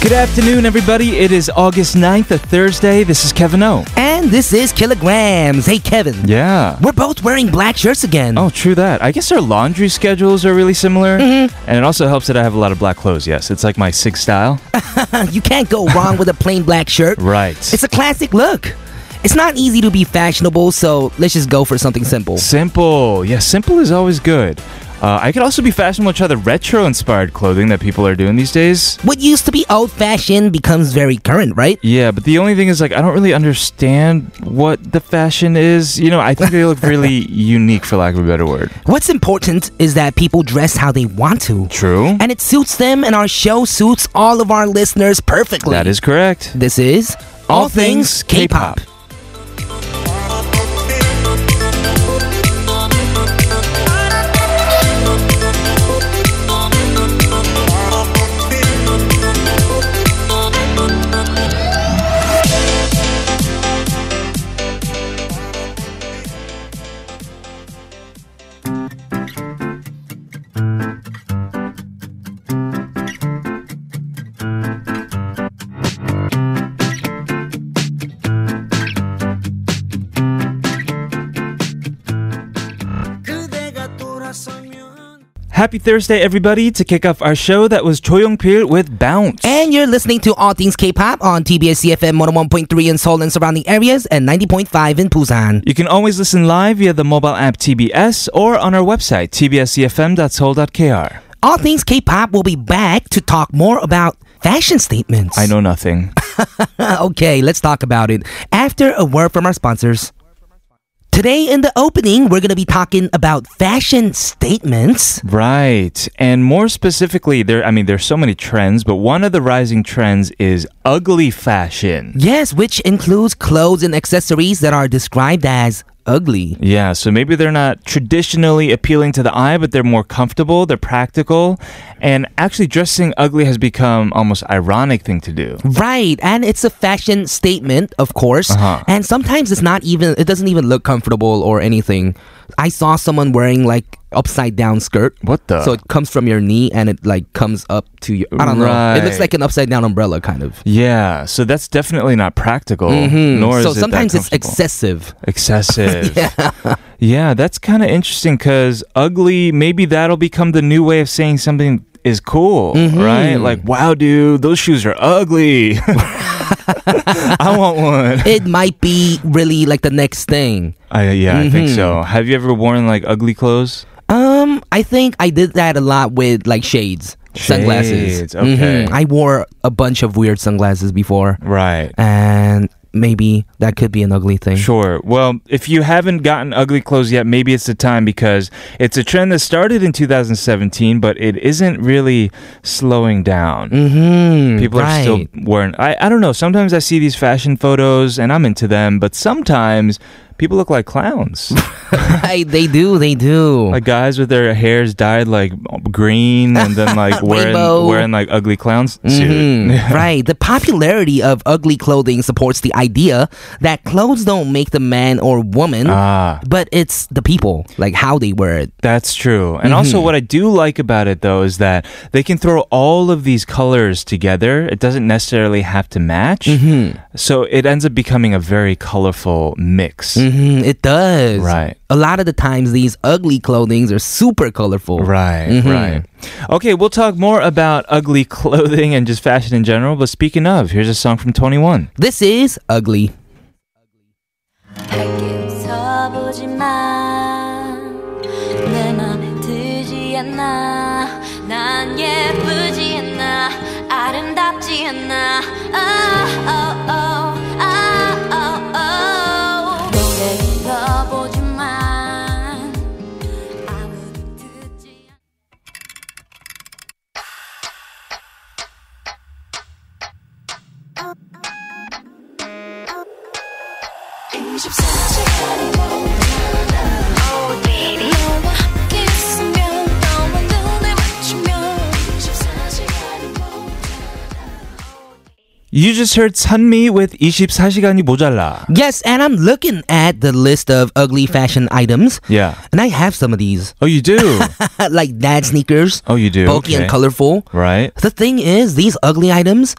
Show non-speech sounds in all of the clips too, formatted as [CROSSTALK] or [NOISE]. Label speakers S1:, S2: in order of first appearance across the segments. S1: Good afternoon, everybody. It is August 9th, a Thursday. This is Kevin O.
S2: And this is Kilograms. Hey, Kevin.
S1: Yeah.
S2: We're both wearing black shirts again.
S1: Oh, true that. I guess our laundry schedules are really similar. And it also helps that I have a lot of black clothes, yes. It's like my SIG [LAUGHS] style.
S2: You can't go wrong with a plain
S1: [LAUGHS]
S2: black shirt.
S1: Right.
S2: It's a classic look. It's not easy to be fashionable, so let's just go for something simple.
S1: simple. Yeah, simple is always good. Uh, I could also be fashionable with try the retro inspired clothing that people are doing these days.
S2: What used to be old fashioned becomes very current, right?
S1: Yeah, but the only thing is, like, I don't really understand what the fashion is. You know, I think they look really [LAUGHS] unique, for lack of a better word.
S2: What's important is that people dress how they want to.
S1: True.
S2: And it suits them, and our show suits all of our listeners perfectly.
S1: That is correct.
S2: This is
S1: All Things K-Pop. Happy Thursday, everybody. To kick off our show, that was Choi Young Pil with Bounce.
S2: And you're listening to All Things K-Pop on TBS CFM 101.3 in Seoul and surrounding areas and 90.5 in Busan.
S1: you can always listen live via the mobile app TBS or on our website, E tbscfm.soul.kr.
S2: All Things K-Pop will be back to talk more about fashion statements. Uh,
S1: I know nothing.
S2: okay, let's talk about it after a word from our sponsors. Today in the opening, we're going to be talking about fashion statements.
S1: right. And more specifically, there I mean there's so many trends, but one of the rising trends is ugly fashion.
S2: Yes, which includes clothes and accessories that are described as ugly.
S1: Yeah, so maybe they're not traditionally appealing to the eye, but they're more comfortable, they're practical, and actually dressing ugly has become almost ironic thing to do.
S2: Right, and it's a fashion statement, of course.
S1: Uh-huh.
S2: And sometimes it's not even it doesn't even look comfortable or anything. I saw someone wearing like upside down skirt.
S1: What the?
S2: So it comes from your knee and it like comes up to your I don't know. It looks
S1: Right.
S2: like an upside down umbrella kind of.
S1: Yeah, so that's definitely not practical. Nor is
S2: Mm-hmm. so
S1: it that
S2: sometimes it's
S1: comfortable.
S2: excessive. [LAUGHS]
S1: excessive. yeah. that's kind of interesting because ugly. Maybe that'll become the new way of saying something is cool,
S2: Mm-hmm.
S1: right? Like, wow, dude, those shoes are ugly. [LAUGHS] I want one.
S2: it might be really like the next thing.
S1: I, yeah, I
S2: Mm-hmm.
S1: think so. Have you ever worn like ugly clothes?
S2: Um, I think I did that a lot with like shades,
S1: Shades,
S2: sunglasses. Mm-hmm.
S1: okay.
S2: I wore a bunch of weird sunglasses before,
S1: Right.
S2: and maybe that could be an ugly thing.
S1: Sure. Well, if you haven't gotten ugly clothes yet, maybe it's the time because it's a trend that started in 2017, but it isn't really slowing down.
S2: Mm-hmm.
S1: People
S2: right.
S1: are still wearing. I, I don't know. Sometimes I see these fashion photos and I'm into them, but sometimes people look like
S2: [LAUGHS]
S1: clowns.
S2: right. They do. They do.
S1: like guys with their hairs dyed like green and then like wearing,
S2: [LAUGHS] Rainbow.
S1: wearing like ugly clowns [LAUGHS]
S2: Mhm.
S1: suit.
S2: right. The popularity of ugly clothing supports the idea that clothes don't make the man or woman,
S1: Ah.
S2: but it's the people, like how they wear it.
S1: That's true. And also,
S2: Mm-hmm.
S1: what I do like about it, though, is that they can throw all of these colors together. It doesn't necessarily have to match.
S2: Mm-hmm.
S1: So it ends up becoming a very colorful mix.
S2: hmm it does.
S1: Right.
S2: A lot of the times, these ugly clothings are super colorful.
S1: Right,
S2: Mhm.
S1: right. Okay, we'll talk more about ugly [LAUGHS] clothing and just fashion in general. But speaking of, here's a song from 21.
S2: This is ugly.
S3: 밝게 웃어보지만 내 맘에 들지 않나 난 예쁘지 않나 아름답지 않나 아, 어, 어, 아, 어, 어. 노래 불러보지만 아무도 듣지 않- 아, 네.
S1: You just heard Sunmi with 24시간이 모자라.
S2: Yes, and I'm looking at the list of ugly fashion items,
S1: Yeah.
S2: and I have some of these, [LAUGHS]
S1: Oh, you do?
S2: like dad sneakers,
S1: oh, you do?
S2: bulky
S1: Okay.
S2: and colorful.
S1: Right?
S2: The thing is, these ugly items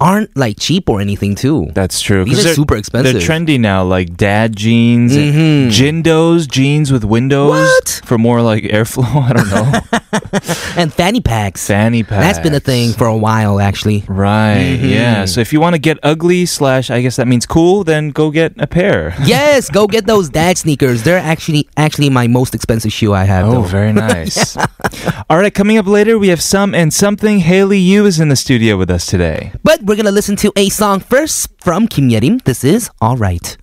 S2: aren't like cheap or anything too.
S1: That's true.
S2: These
S1: 'cause
S2: are
S1: they're-
S2: super expensive. Mm-hmm.
S1: They're trendy now, like dad jeans, and Jindos jeans with windows
S2: What?
S1: for more like airflow. [LAUGHS] I don't
S2: [LAUGHS]
S1: know.
S2: and fanny packs.
S1: Fanny pack.
S2: That's been a thing Mm-hmm. for a while actually.
S1: Right. Yeah. So if you want to get ugly slash, I guess that means cool, then go get a
S2: [LAUGHS]
S1: pair.
S2: Yes, go get those dad sneakers. They're actually actually my most expensive shoe I have.
S1: Oh,
S2: though.
S1: very [LAUGHS] nice. All right, coming up later, we have some and something. Haley Yu is in the studio with us today.
S2: But we're gonna listen to a song first from Kim Yerim. This is All Right.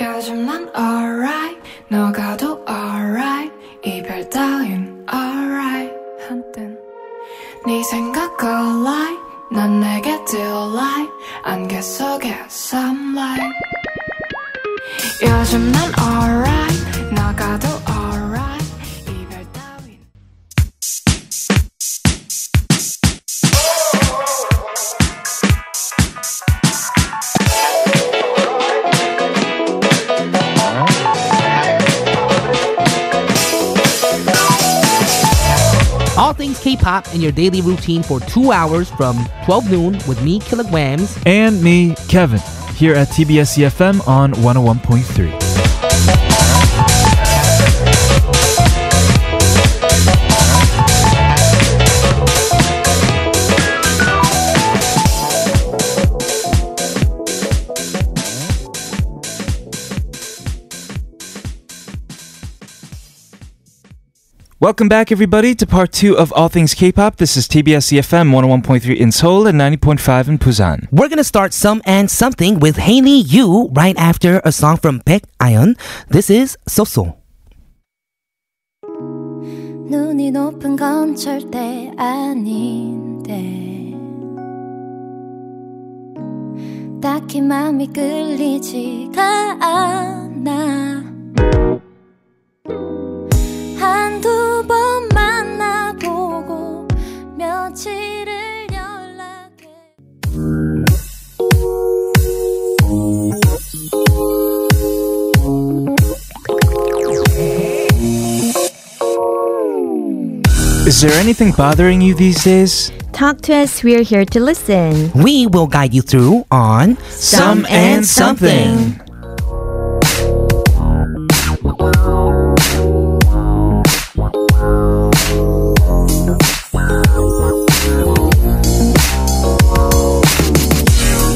S4: 요즘 난 alright 너가도 alright 이별 따윈 alright 한땐 네 생각 alright 난 내게 delight 안개 속에 sunlight 요즘 난 alright 너가도 alright 이별 따윈
S2: All things K-pop in your daily routine for two hours from 12 noon with me, Kilograms.
S5: and me, Kevin, here at TBS
S1: E
S5: EFM on 101.3.
S1: Welcome back, everybody, to part two of All Things K-pop. This is TBS EFM 101.3 in Seoul and 90.5 in Busan.
S2: We're gonna start some and something with Haley Yu right after a song from Baek Ion. This is Soso.
S3: 눈이 높은 건 절대 아닌데 딱히 마음이 끌리지가 않아 한두 번 만나보고 며칠을 연락해
S1: Is there anything bothering you these days?
S6: Talk to us, we're here to listen.
S2: We will guide you through on
S6: Some and Something.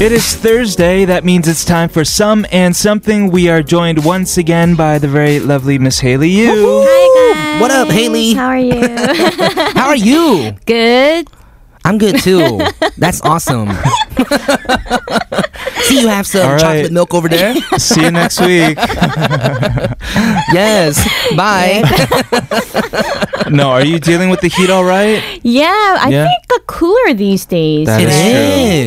S1: It is Thursday. That means it's time for some and something. We are joined once again by the very lovely Miss Haley Yu.
S6: Hi, guys.
S2: What up, Haley?
S6: How
S2: [LAUGHS]
S6: are you?
S2: How are you?
S6: Good.
S2: I'm good
S6: [LAUGHS]
S2: too. That's awesome. See, you have some
S1: All right.
S2: chocolate milk over
S1: [LAUGHS]
S2: there.
S1: See you next week.
S2: yes. [LAUGHS] Bye.
S1: No, are you dealing with the heat all right?
S6: Yeah, I
S1: Yeah.
S6: think it got cooler these days.
S1: That
S2: It
S1: is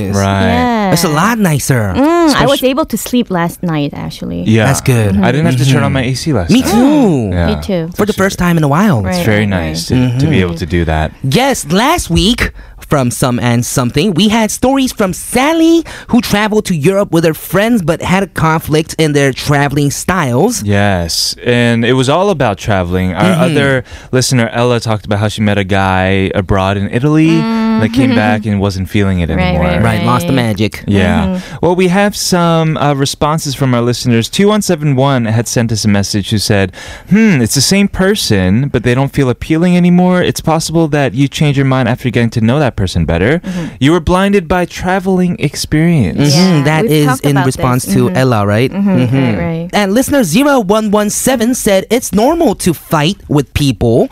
S2: is.
S1: true. Right.
S6: Yeah.
S2: It's a lot nicer.
S6: Mm, I was able to sleep last night, actually.
S1: Yeah.
S2: That's good. Mm-hmm.
S1: I didn't have to turn on my AC last
S2: Me
S1: night.
S2: too.
S1: Yeah.
S6: Me too.
S2: For the first time in a while.
S6: Right.
S1: It's very nice to,
S2: Mm-hmm.
S1: to be able to do that.
S2: Yes, last week from Some and Something, we had stories from Sally who traveled to Europe with her friends but had a conflict in their traveling styles.
S1: Yes. And it was all about traveling. Our
S2: Mm-hmm.
S1: other listener, Ella, talked about how she met a guy abroad in Italy that came back and wasn't feeling it
S6: Mm-hmm. Right,
S1: anymore.
S6: right,
S2: Right, lost the magic.
S1: Yeah. Well, we have some uh, responses from our listeners. 2171 had sent us a message who said, Hmm, it's the same person, but they don't feel appealing anymore. It's possible that you change your mind after getting to know that person better. You were blinded by traveling experience.
S2: Mhm,
S6: Yeah,
S2: that
S6: we've
S2: is
S6: talked
S2: in
S6: about
S2: response
S6: this. Mm-hmm.
S2: to Ella, right? Mm-hmm.
S6: Right, right.
S2: And listener 0117 said it's normal to fight with people.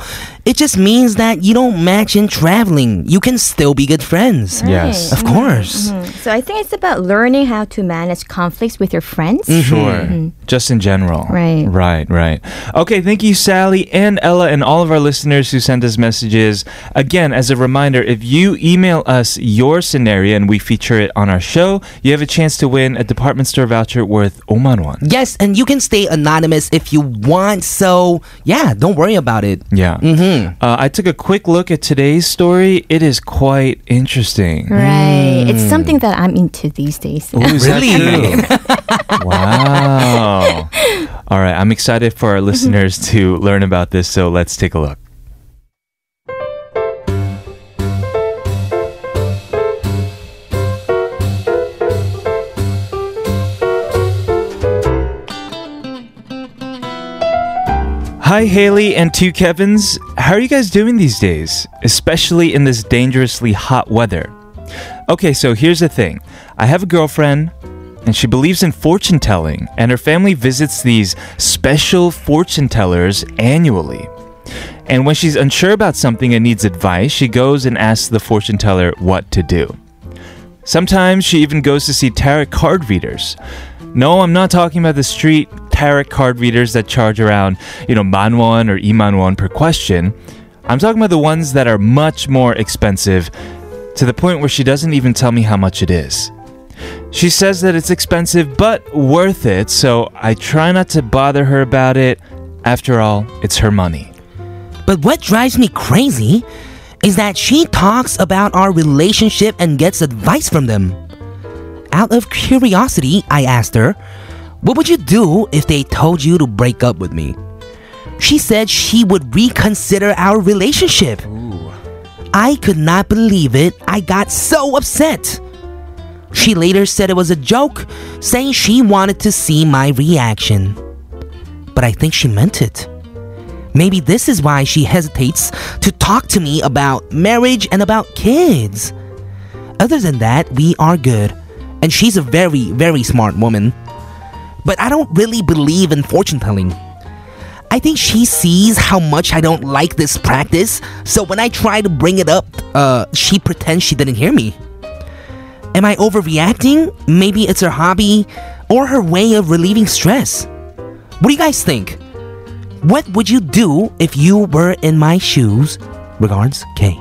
S2: It just means that you don't match in traveling. You can still be good friends.
S1: Yes.
S2: Of course.
S6: So I think it's about learning how to manage conflicts with your friends.
S2: Mm-hmm.
S1: Sure. Just in general.
S6: Right.
S1: Right, right. Okay, thank you, Sally and Ella, and all of our listeners who sent us messages. Again, as a reminder, if you email us your scenario and we feature it on our show, you have a chance to win a department store voucher worth 5만 won.
S2: Yes, and you can stay anonymous if you want. So, yeah, don't worry about it.
S1: Yeah. Mm-hmm. Uh, I took a quick look at today's story. It is quite interesting. Mm.
S6: Right. It's something that I'm into these days.
S1: Ooh, is that
S2: Really?
S1: true? wow. [LAUGHS] All right, I'm excited for our listeners to learn about this, so let's take a look. Hi, Haley and two Kevins. How are you guys doing these days, especially in this dangerously hot weather? Okay, so here's the thing I have a girlfriend, and she believes in fortune telling, and her family visits these special fortune tellers annually. And when she's unsure about something and needs advice, she goes and asks the fortune teller what to do. Sometimes she even goes to see tarot card readers. No, I'm not talking about the street tarot card readers that charge around, you know, manwon or imanwon per question. I'm talking about the ones that are much more expensive to the point where she doesn't even tell me how much it is. She says that it's expensive but worth it, so I try not to bother her about it. After all, it's her money.
S2: But what drives me crazy is that she talks about our relationship and gets advice from them. Out of curiosity, I asked her, What would you do if they told you to break up with me? She said she would reconsider our relationship. I could not believe it. I got so upset. She later said it was a joke, saying she wanted to see my reaction. But I think she meant it. Maybe this is why she hesitates to talk to me about marriage and about kids. Other than that, we are good. And she's a very, very smart woman. But I don't really believe in fortune telling. I think she sees how much I don't like this practice, so when I try to bring it up, uh, she pretends she didn't hear me. Am I overreacting? Maybe it's her hobby or her way of relieving stress. What do you guys think? What would you do if you were in my shoes? Regards, K.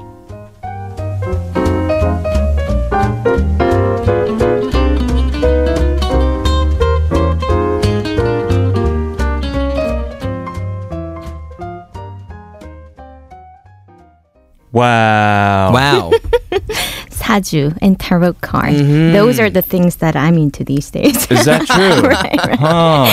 S1: Wow.
S6: [LAUGHS]
S2: Wow.
S6: Saju and tarot card.
S2: Mm-hmm.
S6: Those are the things that I'm into these days. [LAUGHS]
S1: Is that true? Huh.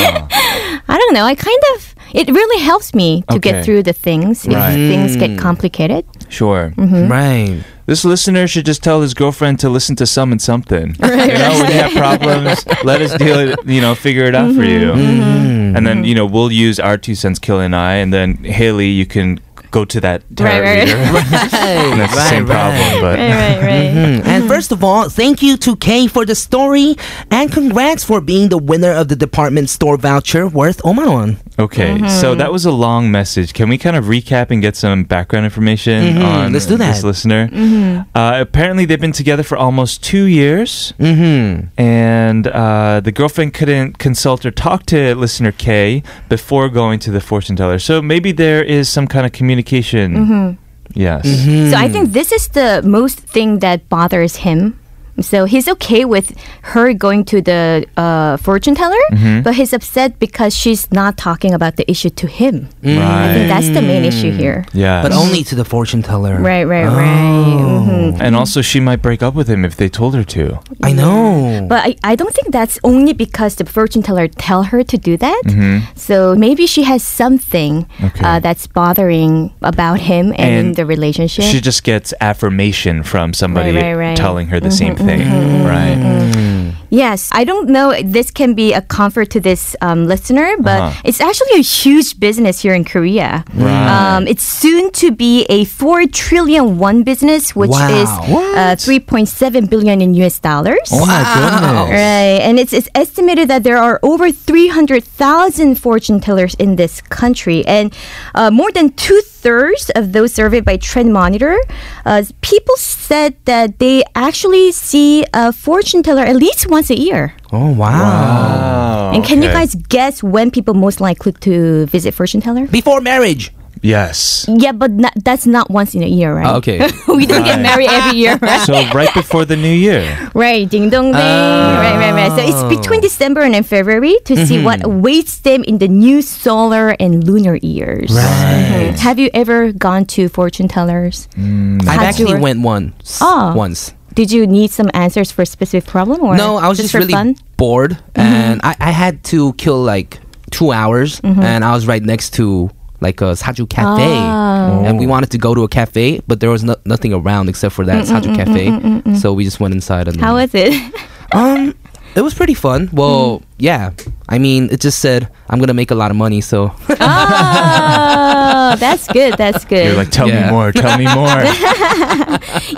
S6: I don't know. I kind of it really helps me to
S1: Okay.
S6: get through the things if
S1: Right.
S6: things get complicated.
S1: Sure.
S6: Mm-hmm.
S2: right.
S1: This listener should just tell his girlfriend to listen to some and
S6: [LAUGHS]
S1: something. you know, when you have problems, let us deal it, you know, figure it out for you.
S6: Mm-hmm.
S1: And then, you know, we'll use our two cents, Kill and I, and then Haley, you can go to that tarot
S6: Right, right,
S1: reader.
S6: [LAUGHS]
S1: [LAUGHS] And that's the same problem, but
S6: right, right.
S2: Mm, And first of all, thank you to Kay for the story and congrats for being the winner of the department store voucher worth Omaron.
S1: okay.
S6: Mm-hmm.
S1: So that was a long message. Can we kind of recap and get some background information
S6: Mm-hmm.
S2: Mhm,
S1: on
S2: let's do
S1: this
S2: that.
S1: listener? Uh, apparently, they've been together for almost two years.
S2: Mm-hmm.
S1: and uh, the girlfriend couldn't consult or talk to listener K before going to the fortune teller. So maybe there is some kind of communication.
S6: Mm-hmm.
S1: Yes.
S6: [LAUGHS] So I think this is the most thing that bothers him. So he's okay with her going to the uh, fortune teller,
S1: Mm-hmm.
S6: but he's upset because she's not talking about the issue to him. I think
S1: Right.
S6: that's the main issue here.
S1: Mm. Yeah. Oh.
S2: But only to the fortune teller.
S6: Right, right, right. Mhm.
S1: and also, she might break up with him if they told her to.
S2: I know.
S6: But I, I don't think that's only because the fortune teller tell her to do that. So maybe she has something
S1: Mm-hmm. Okay.
S6: uh, that's bothering about him and, in
S1: And
S6: the relationship.
S1: She just gets affirmation from somebody
S6: Right, right, right. Mm-hmm,
S1: telling her the same thing. Right.
S6: Yes, I don't know. This can be a comfort to this um, listener, but
S1: Uh-huh.
S6: it's actually a huge business here in Korea.
S1: Right.
S6: Um, it's soon to be a four trillion won business, which
S2: Wow.
S6: is uh, three point seven billion in U.S. dollars.
S1: Oh
S6: ah,
S1: my goodness.
S6: Right, and it's, it's estimated that there are over 300,000 fortune tellers in this country, and uh, more than two thirds of those surveyed by Trend Monitor, uh, people said that they actually see a fortune teller at least once a year.
S2: Oh, wow.
S1: Oh,
S6: and can you
S1: okay.
S6: guys guess when people most likely to visit fortune teller?
S2: Before marriage.
S1: Yes.
S6: Yeah, but not, that's not once in a year, right?
S2: okay.
S6: [LAUGHS] we don't get married every year, right?
S1: So right before the new year.
S6: Right, ding dong ding.
S1: Ah.
S6: Right, right, right. So it's between December and February to
S1: Mm-hmm.
S6: see what awaits them in the new solar and lunar years. Mhm. Have you ever gone to fortune tellers?
S2: I've
S6: How'd
S2: actually
S6: you-
S2: went once.
S6: Oh.
S2: Once.
S6: Did you need some answers for a specific problem or
S2: No, I was just,
S6: for
S2: really
S6: fun? Mm-hmm.
S2: bored, and I, I had to kill like two hours,
S6: Mm-hmm.
S2: and I was right next to like a saju cafe,
S6: Ah.
S2: and we wanted to go to a cafe, but there was no, [LAUGHS]
S6: [LAUGHS]
S2: nothing around except for that saju cafe, so we just went inside and.
S6: How was it?
S2: Um, it was pretty fun. Well,
S6: Mm-hmm.
S2: yeah. I mean, it just said I'm gonna make a lot of money, so [LAUGHS]
S6: Ah, that's good. That's good.
S1: You're like, tell me
S2: Yeah.
S1: more, tell me
S6: [LAUGHS]
S1: more.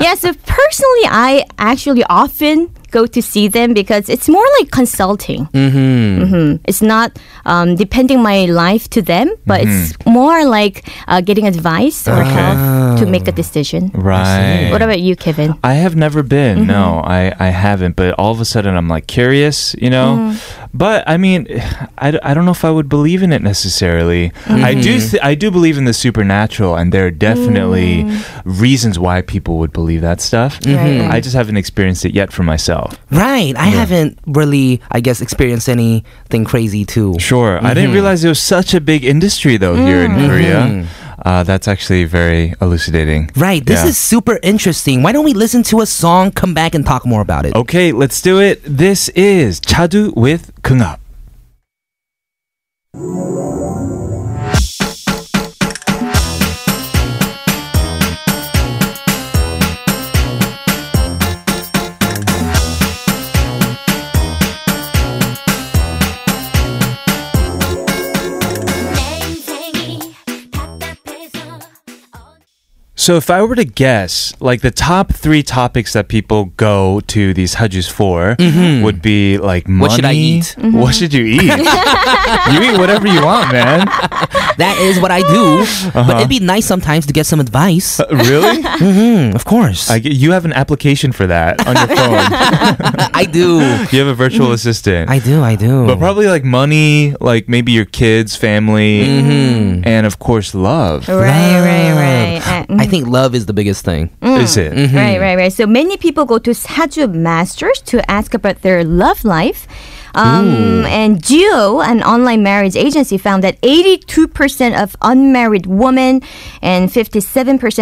S6: yeah, so personally, I actually often go to see them because it's more like consulting. Mm-hmm. It's not um, depending my life to them, but it's more like uh, getting advice or help to make a decision.
S1: right.
S6: What about Mm-hmm. you, Kevin?
S1: I have never been. No, I, I haven't. But all of a sudden, I'm like curious, you know?
S6: Mm-hmm.
S1: But I mean, [SIGHS] I, d- I don't know if I would believe in it necessarily.
S6: Mm-hmm.
S1: I do th- I do believe in the supernatural, and there are definitely reasons why people would believe that stuff.
S6: Mm. Right,
S1: I just haven't experienced it yet for myself.
S2: right. I haven't really, I guess, experienced anything crazy too.
S1: Sure. I didn't realize it was such a big industry, though, here in Korea. Uh, that's actually very elucidating.
S2: Right. This
S1: Yeah.
S2: is super interesting. Why don't we listen to a song, come back, and talk more about it?
S1: Okay, let's do it. This is Chadu with Kungap.
S3: 내 인생이 답답해서
S1: So if I were to guess, like the top three topics that people go to these hajus for would be like money.
S2: What should I eat? Mm-hmm.
S1: What should you
S2: [LAUGHS]
S1: eat? you eat whatever you want, man.
S2: That is what I do.
S1: [LAUGHS]
S2: But
S1: Uh-huh.
S2: it'd be nice sometimes to get some advice.
S1: Uh, Really?
S2: Mm, of course.
S1: I, get- you have an application for that on your
S2: [LAUGHS]
S1: phone.
S2: I do.
S1: you have a virtual assistant.
S2: I do. I do.
S1: but probably like money, like maybe your kids, family, and of course love.
S6: right, right, right. Uh,
S2: I think love is the biggest thing.
S6: Mm-hmm.
S1: Is it?
S6: Right, right, right. So many people go to Saju Masters to ask about their love life. Um, and Geo, an online marriage agency, found that 82% of unmarried women and 57%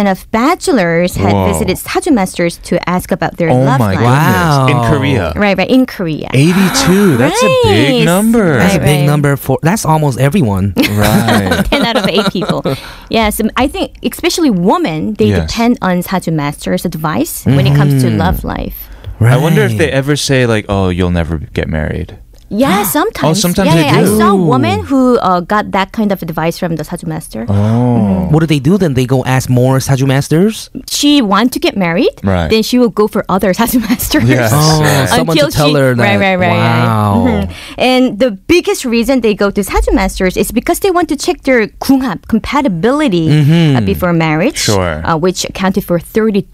S6: of bachelors had
S1: Whoa.
S6: visited Saju Masters to ask about their
S1: Oh
S6: love
S1: my
S6: life.
S2: Wow.
S1: goodness! In Korea,
S6: Right, right, in Korea. [LAUGHS] [GASPS]
S1: 82. That's a big
S6: Nice.
S1: number.
S2: That's a
S6: Right,
S2: big
S6: right.
S2: number for. That's almost
S6: [LAUGHS]
S2: everyone.
S1: Right.
S6: 10 out of
S1: [LAUGHS]
S6: 8 people. Yes, um, I think especially women, they
S1: Yes. Mm.
S6: depend on Saju Masters' advice when it comes to love life.
S1: I wonder if they ever say like, "Oh, you'll never get married." [GASPS]
S6: Yeah, sometimes.
S1: Oh, sometimes
S6: yeah,
S1: they
S6: yeah,
S1: do.
S6: I saw a woman who uh, got that kind of advice from the Saju master. Mm-hmm.
S1: Oh,
S2: What do they do then? They go ask more Saju masters.
S6: She want to get married,
S1: Right.
S6: then she will go for other [LAUGHS] Saju masters.
S1: Yes.
S2: Oh,
S1: Right.
S2: someone
S6: Until
S2: to tell
S6: she,
S2: her that.
S6: Right, right, right.
S2: Wow.
S6: right. Mhm. And the biggest reason they go to Saju masters is because they want to check their 궁합 compatibility uh, before marriage,
S1: Mm-hmm. Sure.
S6: uh, which accounted for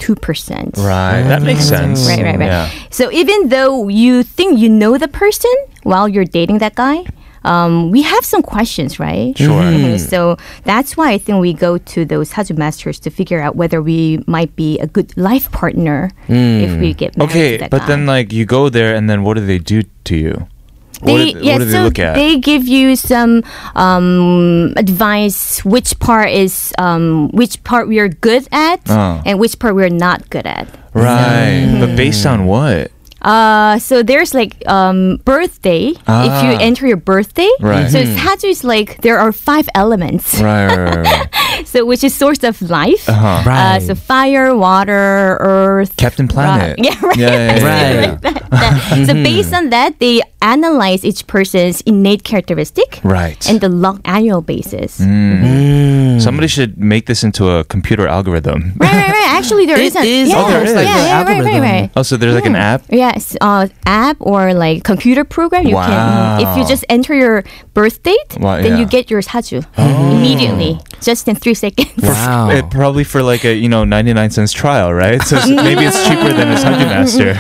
S6: 32%.
S1: right. That makes sense.
S6: Mm-hmm. Right, right, right.
S1: Yeah.
S6: So even though you think you know the person while you're dating that guy, um, we have some questions, right?
S1: Sure. Mm-hmm.
S6: Mhm. So that's why I think we go to those Haju masters to figure out whether we might be a good life partner if we get
S1: Mm.
S6: married to
S1: Okay,
S6: that
S1: but
S6: guy.
S1: then like you go there, and then what do they do to you? what,
S6: they,
S1: did-
S6: yeah,
S1: what do they
S6: so
S1: look at?
S6: they give you some um, advice which part is um, which part we are good at
S1: Oh.
S6: and which part we're not good at.
S1: right, but based on what?
S6: Uh, so there's like um, birthday. If you
S1: Ah.
S6: enter your birthday,
S1: Right. Hmm.
S6: so Saju is like there are five elements.
S1: Right, right, right, right.
S6: [LAUGHS] So which is source of life.
S1: Uh-huh.
S6: Uh,
S2: Right.
S6: so fire, water,
S1: [LAUGHS]
S6: earth.
S1: Captain Planet.
S6: rock. [LAUGHS] Yeah, right.
S1: Yeah, yeah, yeah, yeah,
S2: Right.
S1: yeah.
S6: That-
S1: Hmm.
S6: so based on that, they analyze each person's innate characteristic
S1: Right. Hmm.
S6: and the long annual basis.
S1: Somebody should make this into a computer algorithm.
S6: Right, right, right. Actually, there
S2: It
S6: an
S2: is.
S6: Yeah,
S1: Oh, there is.
S6: yeah,
S1: Like
S2: the
S6: yeah, right, right,
S2: algorithm.
S6: right.
S1: Oh, so there's like an
S6: Mm.
S1: app.
S6: Hmm. Yes, uh, app or like computer program. You can if you
S1: Wow.
S6: just enter your birth date,
S1: Wow, yeah. Oh.
S6: then you get your saju immediately, just in three seconds.
S1: [LAUGHS]
S2: Wow.
S1: It probably for like a you know 99 cents trial, right? So it's- maybe it's cheaper than a Sunday
S6: [LAUGHS]
S1: Master.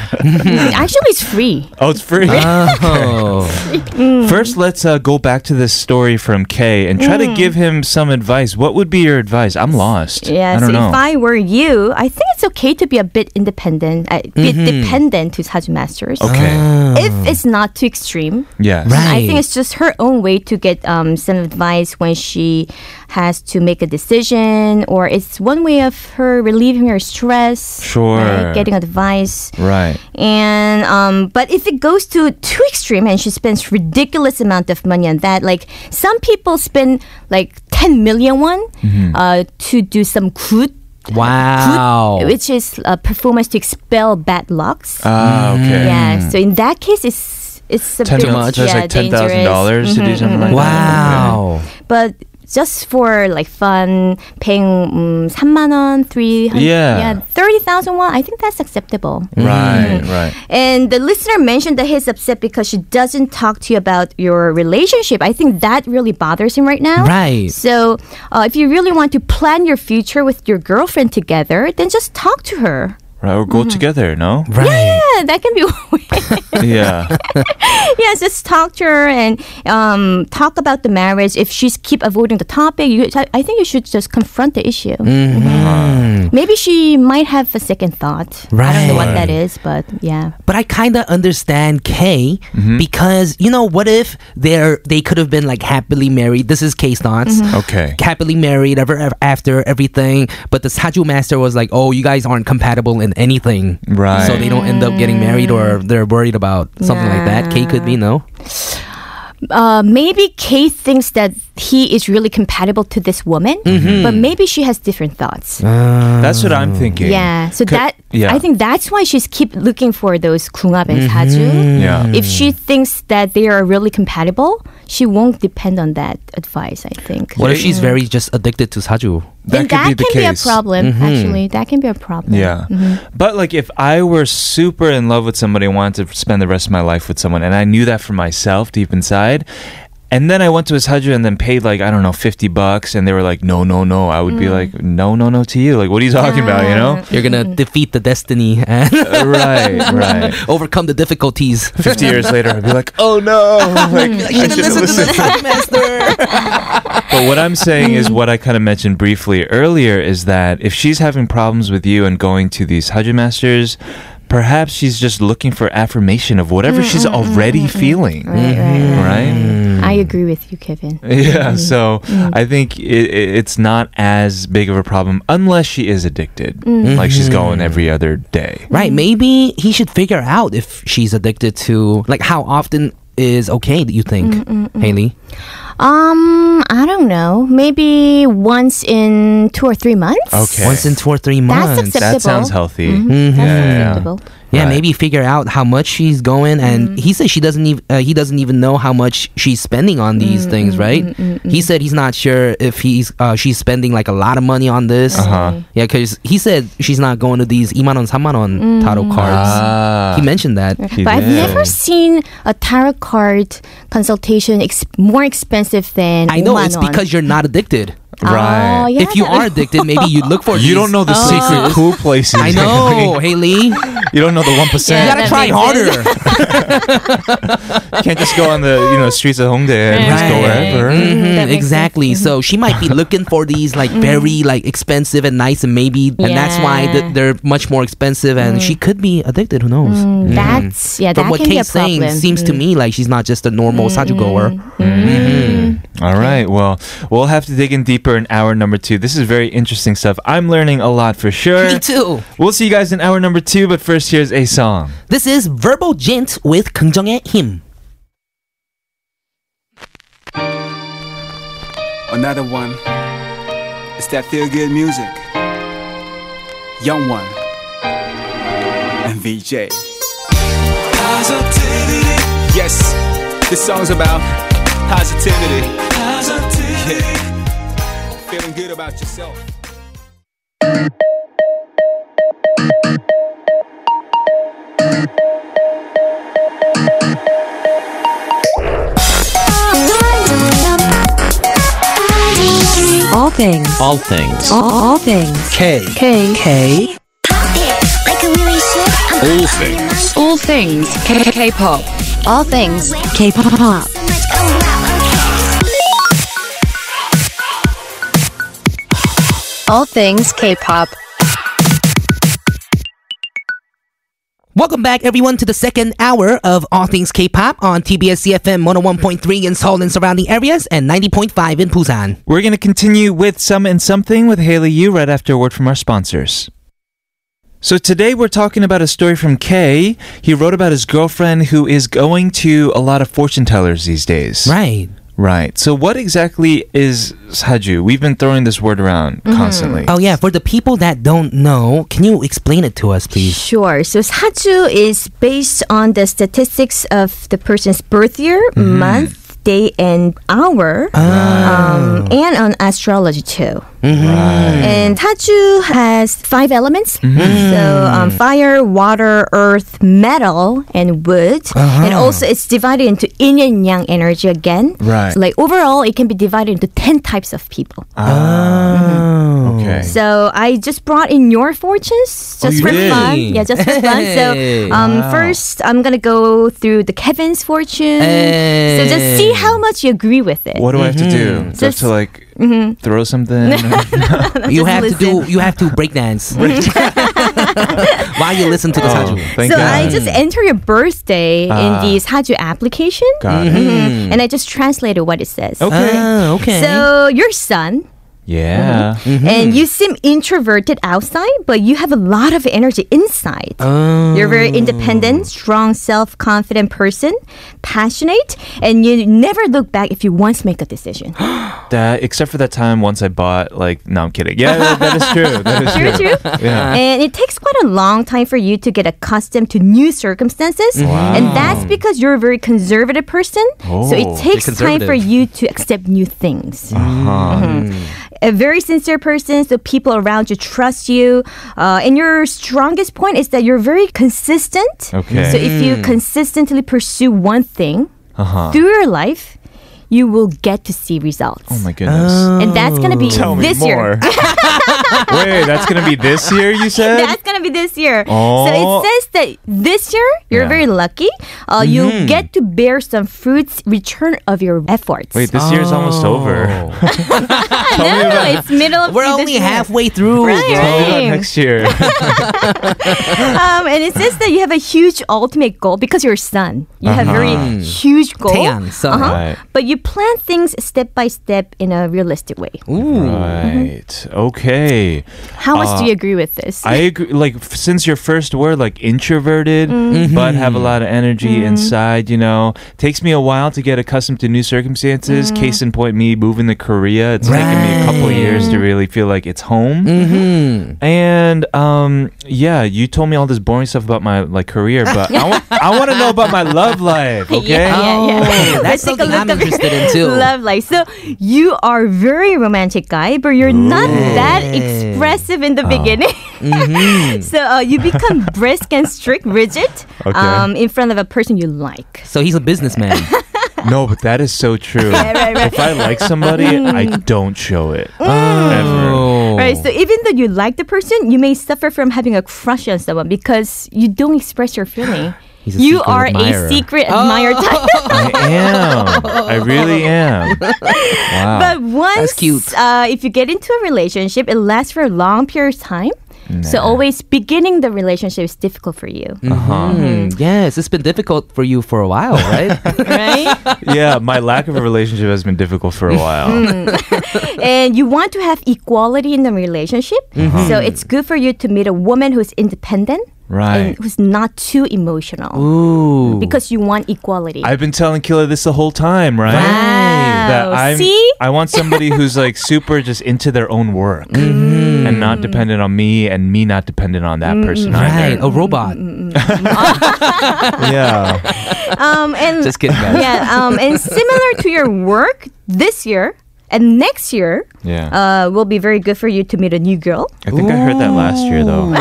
S6: Actually, it's free.
S1: Oh, it's free.
S6: Ah.
S1: [LAUGHS]
S2: Oh.
S1: First, let's uh, go back to this story from Kay and try to
S6: Mm.
S1: give him some advice. What would be your advice? I'm lost.
S6: Yeah.
S1: I
S6: so
S1: don't know.
S6: if I were you, I think it's okay to be a bit independent, a bit dependent to saju masters.
S1: Mm-hmm. okay.
S6: If it's not too extreme,
S1: yes.
S2: Right.
S6: I think it's just her own way to get um, some advice when she has to make a decision, or it's one way of her relieving her stress.
S1: Sure.
S6: right? Getting advice.
S1: Right.
S6: And um, but if it goes to too extreme and she spends ridiculous amount of money on that, like some people spend like ten million won
S1: Mm-hmm.
S6: uh, to do some good,
S2: Wow.
S6: which is a performance to uh, expel bad lucks.
S1: Ah, okay.
S6: Yeah. So in that case, it's it's a
S1: Ten
S6: bit,
S1: months, That's
S6: yeah,
S1: like ten thousand
S6: dangerous.
S1: dollars to do
S6: Mhm,
S1: something
S6: mhm.
S1: like that. Okay.
S2: Wow.
S6: But just for like fun, paying um, 3만 원, 300,
S1: Yeah.
S6: yeah 30,000 won, I think that's acceptable.
S1: Right,
S6: Mm-hmm.
S1: right.
S6: And the listener mentioned that he's upset because she doesn't talk to you about your relationship. I think that really bothers him right now.
S2: Right.
S6: So, uh, if you really want to plan your future with your girlfriend together, then just talk to her.
S1: Right, or go
S6: Mm-hmm.
S1: together, no?
S2: Right.
S6: Yeah, that can be [LAUGHS] a way.
S1: yeah.
S6: yeah, just talk to her and um, talk about the marriage. If she's keep avoiding the topic, you, I think you should just confront the issue.
S2: Mm.
S6: Maybe she might have a second thought. I don't know what
S2: Right.
S6: that is, but yeah.
S2: But I kind of understand Kay because you know what if they're they could have been like happily married. This is Kay's thoughts.
S1: Uh, Okay.
S2: Happily married ever, ever after everything, but the Saju master was like, "Oh, you guys aren't compatible in anything."
S1: Right.
S2: So they don't end up getting married or they're worried about something like that. Kay could be no.
S6: uh, maybe Kay thinks that he is really compatible to this woman,
S1: Mm-hmm.
S6: but maybe she has different thoughts.
S1: That's what I'm thinking.
S6: yeah, so
S1: Could-
S6: that
S1: yeah. Mm-hmm.
S6: I think that's why she's keep looking for those 궁합 and 사주.
S1: Yeah.
S6: If she thinks that they are really compatible, she won't depend on that advice. I think.
S2: What if she's very just addicted to Saju?
S6: and that can be a problem. Mm-hmm. Actually, that can be a problem.
S1: Mm-hmm. Yeah. But like if I were super in love with somebody and wanted to spend the rest of my life with someone and I knew that for myself deep inside and then I went to his haju and then paid like I don't know 50 bucks and they were like no no no I would
S6: Mm.
S1: be like no no no to you like what are you talking about you know
S2: You're gonna defeat the destiny and [LAUGHS]
S1: [LAUGHS] right
S6: [LAUGHS]
S1: right
S2: overcome the difficulties.
S1: 50 years later I'd be like oh no like I should
S2: Listen to the Saju master.
S1: But what I'm saying is what I kind of mentioned briefly earlier is that if she's having problems with you and going to these Hajj masters, perhaps she's just looking for affirmation of whatever
S6: Mm,
S1: she's already feeling.
S6: Right, Mm, right, right.
S1: Mm-hmm. Right?
S6: I agree with you, Kevin.
S1: [LAUGHS] Yeah, so I think it, it, it's not as big of a problem unless she is addicted.
S6: Mm.
S1: Like she's going every other day.
S2: Right.
S6: Mm-hmm.
S2: Maybe he should figure out if she's addicted to like how often is okay that you think,
S6: Mm,
S2: Haley.
S6: Um, I don't know. Maybe once in two or three months.
S1: Okay.
S2: Once in two or three
S6: That's
S2: months.
S6: acceptable.
S1: That sounds healthy. Yeah, yeah,
S6: That's
S1: yeah.
S6: acceptable.
S2: yeah,
S1: Right.
S2: maybe figure out how much she's going, and
S6: Mm.
S2: he says she doesn't even uh, he doesn't even know how much she's spending on these
S6: Mm,
S2: things, right? He said he's not sure if he's uh, she's spending like a lot of money on this.
S1: Uh-huh.
S2: Yeah, because he said she's not going to these imanon
S6: Mm.
S2: samanon tarot cards.
S1: Ah.
S2: He mentioned that.
S1: He
S6: But I've
S1: did.
S6: never seen a tarot card consultation ex- more expensive than
S2: I know
S6: 5,000
S2: it's
S6: won.
S2: because you're not addicted.
S1: Right.
S6: Oh, yeah, Oh.
S2: if you are
S6: that-
S2: addicted, maybe you look for
S1: You
S2: these-
S1: don't know the secret cool [LAUGHS] places.
S2: I know, Haley.
S1: you don't know the 1%.
S6: [LAUGHS]
S2: you gotta
S6: Yeah, that
S2: try
S6: makes [LAUGHS]
S2: harder.
S1: Can't just go on the you know streets of Hongdae and just go
S2: Right.
S1: wherever.
S2: Mhm,
S6: That makes
S2: exactly. So she might be looking for these like very like expensive and nice and maybe and that's why th-
S6: Mm-hmm. Yeah.
S2: they're much more expensive and she could be addicted. Who knows? Mm-hmm.
S6: Mm, That's yeah,
S2: From
S6: that
S2: what
S6: can be a
S2: Kate's saying,
S6: problem. Mm. Mm-hmm.
S2: seems to me like she's not just a normal saju goer. Mm-hmm.
S1: All right. Well, we'll have to dig in deeper in hour number two. This is very interesting stuff. I'm learning a lot for sure.
S2: [LAUGHS] Me too.
S1: We'll see you guys in hour number two. But first, here's a song.
S2: This is verbal gent with 긍정의 힘.
S7: Another one. It's that feel good music. Young one. And VJ. Positivity. Yes, this song's about positivity. Positivity. Feeling good about yourself.
S8: All things. All things. All, all things.
S2: K.
S8: K.
S2: K.
S8: All things. K. K. Pop. All things. K. Pop. All things K. Pop.
S2: Welcome back, everyone, to the second hour of All Things K-pop on TBS CFM 101.3 in Seoul and surrounding areas and 90.5 in Busan.
S1: We're going to continue with Some and Something with Haley Yu right after a word from our sponsors. So today we're talking about a story from Kay. He wrote about his girlfriend who is going to a lot of fortune tellers these days.
S2: Right.
S1: Right. So, what exactly is saju? We've been throwing this word around constantly.
S2: Oh yeah, for the people that don't know, can you explain it to us, please?
S6: Sure. So Saju is based on the statistics of the person's birth year, month, day, and hour,
S2: Oh. Ah.
S6: um, and on astrology too. And Saju has five elements: so um, fire, water, earth, metal, and wood. And also, it's divided into yin and yang energy again.
S1: Right.
S6: So, like overall, it can be divided into ten types of people.
S1: Ah.
S2: Oh.
S1: Okay.
S6: So I just brought in your fortunes just
S1: Oh, you
S6: for
S1: did?
S6: fun. Yeah, just for fun.
S1: [LAUGHS]
S6: So
S2: Hey.
S6: um, first, I'm gonna go through the Kevin's fortune. So just see how much you agree with it.
S1: what do I have to do? Do I have
S6: Just-
S1: to like throw [LAUGHS] something?
S2: you
S6: just
S2: have to
S6: listen.
S2: do. You have to break
S6: [LAUGHS]
S2: dance [LAUGHS] while you listen to the
S1: Oh,
S2: saju.
S1: thank
S6: so
S1: God.
S6: I just enter your birthday in the Haju application,
S1: Ah. Got it. Hmm.
S6: Mhm. and I just translated what it says.
S1: Okay.
S2: Ah, okay.
S6: So your son,
S1: Yeah.
S6: and you seem introverted outside, but you have a lot of energy inside. You're a very independent, strong, self confident person, passionate, and you never look back if you once make a decision.
S1: That except for that time once I bought like no I'm kidding. Yeah, that- that is [LAUGHS] true. That is
S6: true,
S1: true.
S6: true.
S1: Yeah.
S6: And it takes quite a long time for you to get accustomed to new circumstances. And that's because you're a very conservative person.
S1: Oh,
S6: so it takes time for
S2: conservative.
S6: you to accept new things.
S1: Uh-huh.
S6: Mhm.
S1: Mm-hmm.
S6: A very sincere person, so people around you trust you. Uh, and your strongest point is that you're very consistent.
S1: Okay.
S6: So if you
S2: Hmm.
S6: consistently pursue one thing
S1: Uh-huh. Uh.
S6: through your life, you will get to see results.
S1: Oh my goodness.
S6: and that's going to be
S1: Tell me
S6: this
S1: [LAUGHS]
S6: year.
S1: more. Wait, that's gonna be this year. [LAUGHS] You said.
S6: That's gonna be this year. So
S1: Oh.
S6: it says that this year you're
S1: Yeah. Mm-hmm.
S6: very lucky. Uh, You get to bear some fruits return of your efforts.
S1: Wait, this year's almost over.
S6: no, it's middle of
S2: We're
S6: this
S2: only
S6: year.
S2: halfway through.
S6: Right.
S1: Tell me about
S6: Dang.
S1: Oh, next year. [LAUGHS]
S6: Um, and it says that you have a huge ultimate goal because you're a son. You have
S2: Uh-huh.
S6: very huge goal.
S2: Tan,
S6: Uh-huh.
S2: son.
S1: Right.
S6: But you plan things step by step in a realistic way.
S1: Right. Okay.
S6: How much do you
S2: Uh,
S6: agree with this?
S1: I agree. Like f- since your first word, like introverted,
S6: Mm-hmm.
S1: but have a lot of energy inside. You know, takes me a while to get accustomed to new circumstances.
S6: Mm-hmm.
S1: Case in point, me moving to Korea. It's taken me a couple years to really feel like it's home.
S2: Mm. Mm-hmm.
S1: And um, yeah, you told me all this boring stuff about my like career, but I want I want to know about my love life. Okay.
S6: [LAUGHS] [LAUGHS] Yeah, yeah, yeah.
S2: Oh, that's
S6: Let's take
S2: something
S6: a look
S2: I'm
S6: at your
S2: interested in too.
S6: [LAUGHS] Love life. So you are a very romantic guy, but you're not that expressive in the
S2: Uh,
S6: beginning.
S2: mm-hmm.
S6: [LAUGHS] so uh, you become brisk and strict, rigid,
S1: Okay.
S6: um, in front of a person
S2: [LAUGHS]
S6: you like.
S2: So he's a businessman.
S1: No, but that is so
S6: [LAUGHS]
S1: true. If I like somebody, I
S6: Mm.
S1: don't show it. Ever.
S2: Oh.
S6: Right. So even though you like the person, you may suffer from having a crush on someone because you don't express
S2: [GASPS]
S6: your feeling.
S2: He's a
S6: You
S2: secret
S6: are
S2: admirer.
S6: a secret admirer type.
S2: [LAUGHS]
S1: I am. I really am. Wow.
S6: [LAUGHS] But once,
S2: cute.
S6: Uh, if you get into a relationship, it lasts for a long period of time. So always beginning the relationship is difficult for you,
S2: Hmm, yes, it's been difficult for you for a while, right?
S6: [LAUGHS] [LAUGHS]
S2: [LAUGHS]
S6: right?
S1: yeah, my lack of a relationship has been difficult for a
S6: Mm.
S1: while.
S6: and you want to have equality in the relationship.
S2: Mm-hmm.
S6: So it's good for you to meet a woman who's independent
S1: right.
S6: and who's not too emotional
S2: Ooh.
S6: because you want equality.
S1: I've been telling Killa this the whole time, right? That I'm,
S6: Wow. See?
S1: I want somebody who's like super just into their own work
S6: Mm-hmm.
S1: and not dependent on me and me not dependent on
S6: Mm,
S1: that person
S2: Right,
S1: either.
S6: Oh.
S2: a robot.
S1: [LAUGHS] Yeah.
S6: um,
S2: [LAUGHS]
S6: and
S2: Just kidding, guys.
S6: yeah, um, and similar to your work this year and next year
S1: Yeah.
S6: uh, will be very good for you to meet a new girl.
S1: I think I heard that last year though.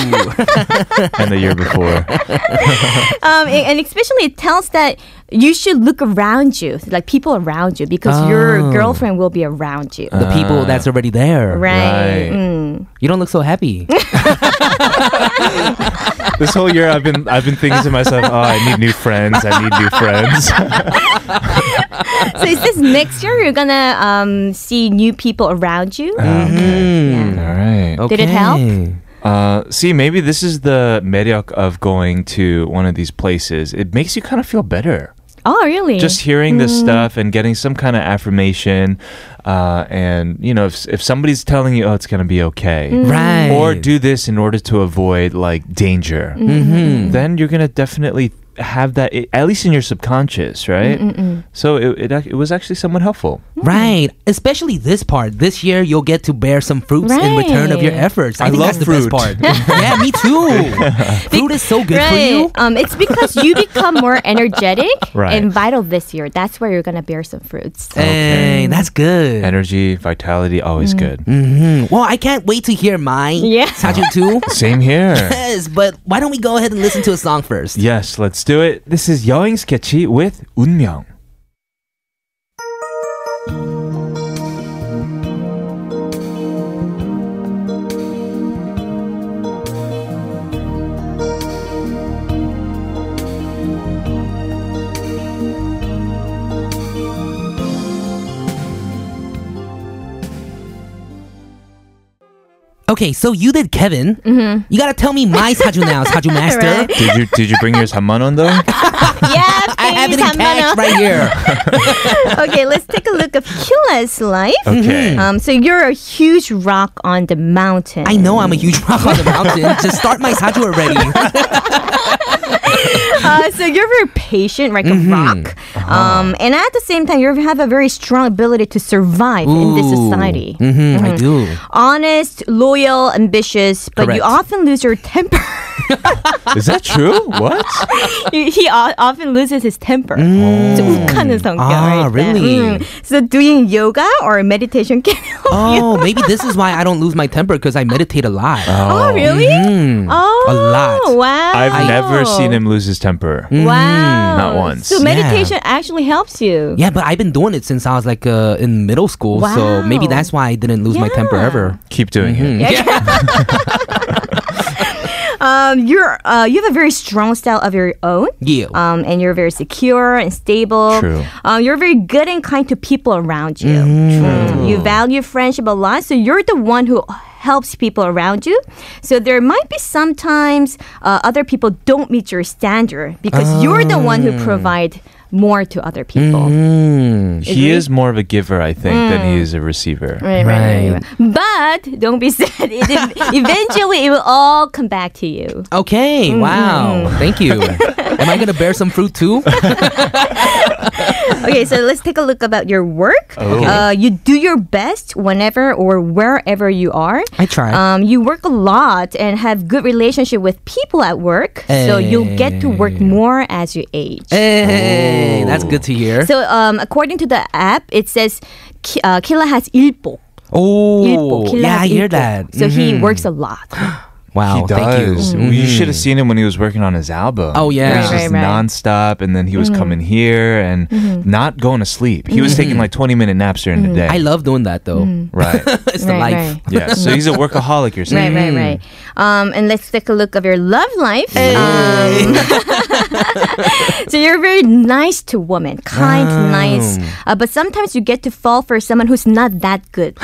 S1: [LAUGHS] and the year before.
S6: um, and, and especially it tells that you should look around you, like people around you, because
S2: Oh.
S6: your girlfriend will be around you.
S2: The people
S1: Uh.
S2: that's already there.
S6: Right.
S1: right.
S6: Mm.
S2: You don't look so
S6: [LAUGHS]
S2: happy.
S1: This whole year I've been I've been thinking to myself, "Oh, I need new friends. I need new friends."
S6: So is this next year you're gonna um, see new people around you?
S2: Uh,
S6: Mm-hmm.
S1: [LAUGHS] All right.
S2: Mm, Okay.
S6: Did it help?
S1: Uh, see, maybe this is the meryok of going to one of these places. It makes you kind of feel better.
S6: Oh, really?
S1: Just hearing this stuff and getting some kind of affirmation, uh, and you know, if if somebody's telling you, "Oh, it's gonna be okay,"
S2: Right.
S1: or do this in order to avoid like danger, then you're gonna definitely have that i- at least in your subconscious, right? So it, it ac- it was actually somewhat helpful.
S2: Mm. Right. Especially this part. This year, you'll get to bear some fruits in return of your
S6: Right.
S2: efforts.
S1: I
S2: I, think
S1: love
S2: that's the
S1: fruit.
S2: best
S6: [LAUGHS]
S2: part. yeah, me too. fruit is so good for you.
S6: Um, it's because you
S2: [LAUGHS]
S6: become more energetic
S1: Right.
S6: and vital this year. That's where you're gonna bear
S2: [LAUGHS]
S6: some fruits.
S2: Hey, that's good.
S1: Energy, vitality, always good.
S2: Mhm. Well, I can't wait to hear my
S6: Yeah.
S2: Sajun
S1: [LAUGHS]
S2: too.
S1: Same
S2: [LAUGHS]
S1: here.
S2: Yes, but why don't we go ahead and listen to a song first?
S1: Yes, let's do it. This is Yoing Sketchy with Unmyeong.
S2: Okay, so you did Kevin. Mm-hmm. You gotta tell me my Sajun
S6: [LAUGHS]
S2: now, Sajun Master.
S1: Did you did you bring your sammanon though?
S6: yeah,
S2: I have it
S6: please,
S2: in
S6: I'm gonna-
S2: cash right here.
S6: okay, let's take a look of Kyla's life.
S1: Okay.
S6: Um, so you're a huge rock on the mountain.
S2: Mm-hmm. I know I'm a
S6: [LAUGHS]
S2: huge rock on the mountain. Just start my Sajun already. Mm-hmm,
S6: Uh, so you're very patient, like
S2: Mm-hmm.
S6: a rock.
S2: Uh-huh.
S6: Um, and at the same time, you have a very strong ability to survive in this society.
S2: Mm-hmm, I do.
S6: [LAUGHS] Honest, loyal, ambitious, but you
S2: Correct.
S6: often lose your temper. [LAUGHS]
S1: Is that true? What?
S6: he he o- often loses his temper. So 욱하는 성격
S2: Mm. Ah,
S6: right there.
S2: really?
S6: Mm. So doing yoga or meditation can [LAUGHS] help you.
S2: Oh, maybe this is why I don't lose my temper because I meditate a lot. Mm.
S6: Oh, really?
S2: Mm-hmm.
S6: Oh,
S2: A lot.
S6: Wow.
S1: I've never seen him lose his temper.
S6: Wow.
S1: Not once.
S6: So
S2: Yeah.
S6: meditation actually helps you.
S2: Yeah, but I've been doing it since I was like uh, in middle school, so maybe
S6: Wow.
S2: that's why I didn't lose my temper
S6: Yeah.
S2: ever.
S1: Keep doing it.
S6: Um, you're uh, you have a very strong style of your own.
S2: Yeah.
S6: Um, and you're very secure and stable.
S1: True. Mm-hmm.
S6: Um, you're very good and kind to people around you. True. Mm. You value friendship a lot, so you're the one who helps people around you. So there might be sometimes uh, other people don't meet your standard because you're the one who provide more to other people.
S2: Mm-hmm. Mm,
S1: He is more of a giver, I think, than he is a receiver.
S6: Right, right, right, right. But don't be [LAUGHS] sad. It, eventually, it will all come back to you.
S2: Okay,
S6: Mm-hmm.
S2: wow. Thank
S6: [LAUGHS]
S2: you. Am I going to bear some fruit too?
S6: Okay, so let's take a look about your work.
S2: Oh,
S6: Uh, you do your best whenever or wherever you are.
S2: I try.
S6: Um, you work a lot and have good relationship with people at work, so you'll get to work more as you age.
S2: hey,
S6: Oh.
S2: that's good to hear.
S6: So, um, according to the app, it says Ki- uh, Killa has ilpo.
S2: oh,
S6: ilpo. Killa
S2: yeah, I
S6: has
S2: hear
S6: ilpo.
S2: that.
S6: So he Mm.
S2: Mhm.
S6: works a lot.
S1: he
S2: Wow, Uh, thank you. Mm-hmm.
S1: does. You should have seen him when he was working on his album.
S2: Oh, yeah.
S1: it was
S6: Right,
S1: just
S6: right, right.
S1: nonstop, and then he was coming here and not going to sleep. He was taking like twenty minute naps during the day.
S2: Mm-hmm. I love doing that though.
S1: right.
S2: [GASPS] [LAUGHS] it's the
S6: Mm. Right,
S2: life.
S6: right.
S1: Yeah. So he's a workaholic. You're
S6: Right,
S1: saying.
S6: right, right. Um, and let's take a look of your love life. Um, [LAUGHS] so you're very nice to women, kind, nice, uh, but sometimes you get to fall for someone who's not that good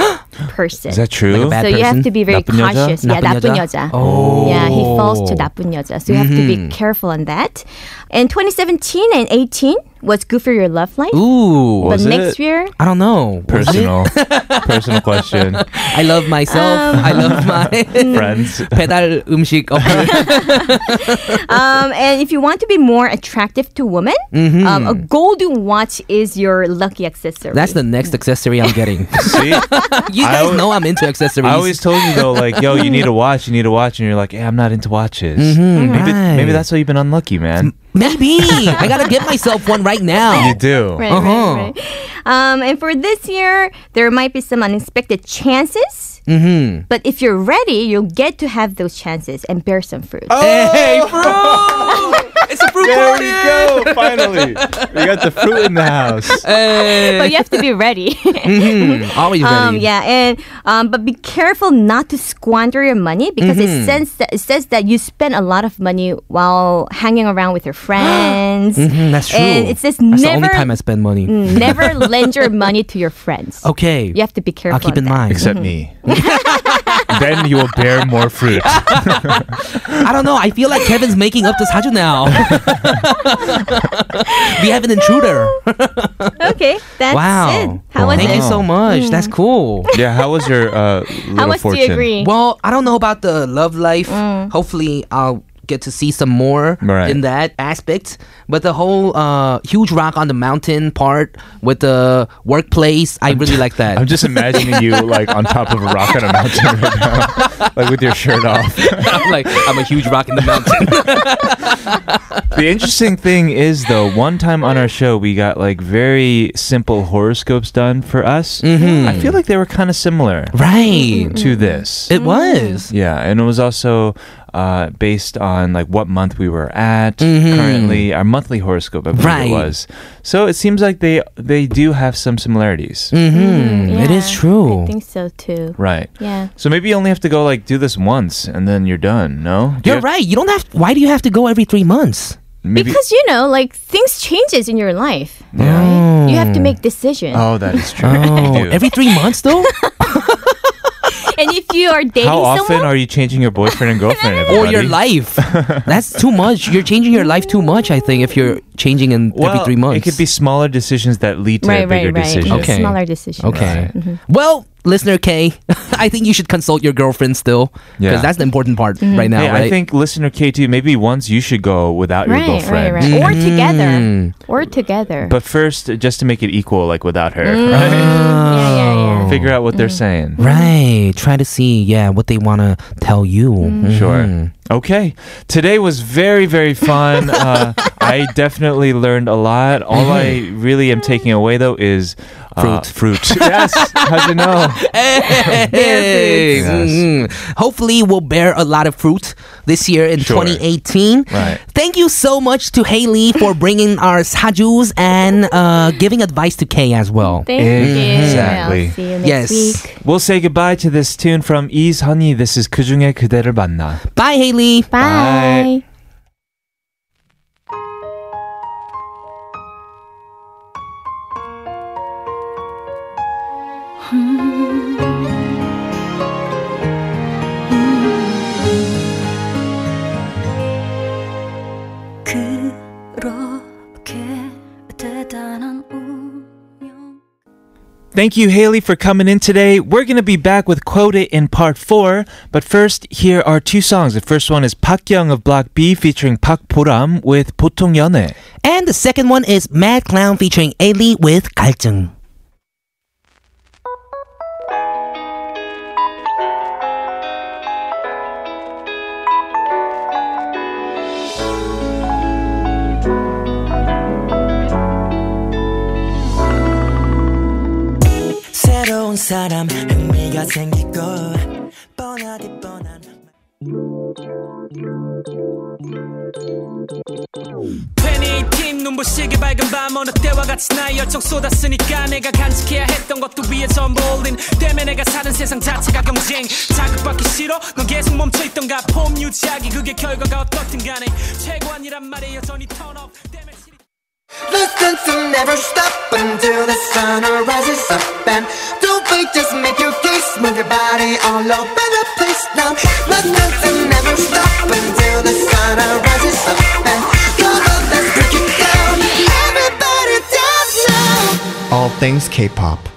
S6: person.
S1: Is that true?
S2: Like a bad
S6: so you have
S2: person? Oh.
S6: to be very
S1: 나쁜 여자?
S6: cautious. Yeah,
S2: 나쁜
S6: 나쁜
S2: 여자?
S6: 여자. Yeah, he falls to 나쁜 여자. So you have to be careful on that. And 2017 and 18 was good for your love life.
S2: Ooh,
S6: but
S1: was
S6: next
S1: it?
S6: year,
S2: I don't know. Was it?
S1: Personal, [LAUGHS] personal question.
S2: I love myself.
S6: Um,
S2: I love
S6: [LAUGHS] Mm.
S2: my [LAUGHS] Oh,
S1: Friends,
S2: 배달 음식 어플.
S6: um, and if you want to be more attractive to women,
S2: Mm-hmm.
S6: um, a golden watch is your lucky accessory.
S2: [LAUGHS] That's the next accessory I'm getting.
S1: see, [LAUGHS] I
S2: You
S1: I
S2: guys
S1: al-
S2: know I'm into accessories.
S1: always told you though, like, yo, you need a watch, you need a watch, and you're like, yeah, I'm not into watches. Maybe,
S2: Right.
S1: maybe that's why you've been unlucky, man.
S2: Maybe I gotta get myself one right now. Uh-huh.
S1: You do.
S6: Right, right, right. Um, and for this year, there might be some unexpected chances. Mm-hmm. But if you're ready, you'll get to have those chances and bear some fruit.
S2: Oh. Hey,
S6: Oh.
S2: bro! It's a fruit
S1: Oh, There
S2: party.
S1: we go. Finally, we got the fruit in the house.
S6: But you have to
S2: [LAUGHS]
S6: be ready.
S2: Mm, always ready.
S6: [LAUGHS] um, yeah, and um, but be careful not to squander your money because
S2: Mm-hmm.
S6: it says that it says that you spend a lot of money while hanging around
S2: [GASPS]
S6: with your friends.
S2: Mm, that's true.
S6: And it says
S2: that's the
S6: never
S2: only time I spend money.
S6: Mm. never [LAUGHS] lend your money to your friends.
S2: Okay.
S6: You have to be careful.
S2: I'll keep in
S6: on that.
S2: mind.
S1: Except me. then you will bear more fruit.
S2: I don't know. I feel like Kevin's making up this Haju
S6: [LAUGHS]
S2: now. we have an intruder.
S6: Okay, that's it.
S2: wow.
S6: How was
S2: Thank
S6: it?
S2: you so much. That's cool.
S1: yeah. How was your uh, little
S6: How much
S1: fortune?
S6: do you agree? Mm.
S2: Well, I don't know about the love life. Hopefully, I'll get to see some more
S1: Right.
S2: in that aspect. But the whole uh, huge rock on the mountain part with the workplace, I really like that.
S1: [LAUGHS]
S2: [LAUGHS]
S1: I'm just imagining you like on top of a rock on a mountain right now, like with your shirt off.
S2: I'm like I'm a huge rock in the mountain.
S1: The interesting thing is, though, one time on our show, we got like very simple horoscopes done for us. Mm-hmm. I feel like they were kind of similar
S2: right.
S1: to this.
S2: It was.
S1: yeah, and it was also uh, based on like what month we were at
S2: Mhm.
S1: currently. Our monthly horoscope, I believe
S2: Right.
S1: it was. So it seems like they they do have some similarities,
S2: Mm-hmm. It is
S6: Yeah,
S2: true.
S6: I think so too.
S1: right?
S6: Yeah.
S1: So maybe you only have to go like do this once, and then you're done. No, Do you have-
S2: You're right. You don't have. Why do you have to go every three months?
S1: Maybe.
S6: because you know, like things changes in your life.
S1: yeah.
S6: You have to make decisions.
S1: Oh, that is true.
S2: Oh,
S1: You do.
S2: every three
S1: [LAUGHS]
S2: months though.
S6: and if you are dating
S1: How often
S6: someone,
S1: are you changing your boyfriend
S2: [LAUGHS]
S1: and girlfriend?
S2: or
S1: everybody? [LAUGHS]
S2: your life. That's too much. You're changing your life too much. I think if you're changing in every
S1: Well,
S2: three months,
S1: It could be smaller decisions that lead to
S6: right, right,
S1: bigger
S6: right.
S1: decisions.
S2: Okay.
S6: Smaller decisions.
S2: Okay. Well, listener K, [LAUGHS] I think you should consult your girlfriend still
S1: Yeah.
S2: because that's the important part right now.
S1: Hey,
S2: right?
S1: I think listener KT, maybe once you should go without your
S6: Right,
S1: girlfriend.
S6: right, right. Or together. Or together.
S1: But first, just to make it equal, like without her,
S6: Mm, yeah, yeah, yeah.
S1: figure out what they're saying.
S2: Oh. Right. Try to see, yeah, what they want to tell you.
S1: Mm-hmm.
S2: Mm-hmm.
S1: Sure. Okay. Today was very, very
S6: [LAUGHS]
S1: fun. uh, I definitely learned a lot. All I
S2: Mm-hmm.
S1: really am taking away, though, is uh, fruit. Fruit. [LAUGHS] yes. How'd you know?
S2: [LAUGHS] [LAUGHS] Hey.
S1: Yes.
S2: Mhm. Hopefully, we'll bear a lot of fruit this year in
S1: Sure.
S2: 2018.
S1: Right.
S2: Thank you so much to Haley for bringing our sajus and uh, giving advice to Kay as well.
S6: Thank you.
S1: Exactly.
S6: I'll see you next
S2: Yes.
S6: week.
S1: We'll say goodbye to this tune from Ease Honey. This is 그중에 그대를 만나.
S2: Bye, Haley.
S6: Bye.
S3: 그렇게 대단한 운명
S1: Thank you, Haley, for coming in today. We're going to be back with Quote It in part four. But first, here are two songs. The first one is Park Young of Block B featuring Park Boram with 보통 연애.
S2: And the second one is Mad Clown featuring Ailey with 갈증.
S9: 새로운 사람 흥미가 생기고 뻔하디 뻔한
S10: 괜히 팀 눈부시게 밝은 밤 어느 때와 같이 나의 열정 쏟았으니까 내가 간직해야 했던 것도 위에 전부 올린 때문에 내가 사는 세상 자체가 경쟁 자극받기 싫어 넌 계속 멈춰있던가 폼 유지하기 그게 결과가 어떻든 간에 최고한이란 말에 여전히 turn off 때문에 시리-
S9: Listen to never stop until the sun rises up and don't wait just make your case move your body all over the place now Listen to never stop until the sun rises up and come on let's break it down everybody dance now All things K-pop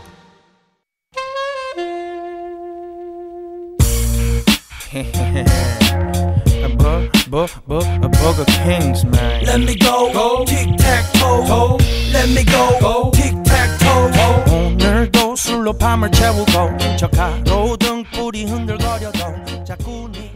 S10: Let me go, go. tic tac toe. toe. Let me go, go. tic tac toe. 오늘도 술로 밤을 채우고 저 가로등 불이 흔들거려도 자꾸 네가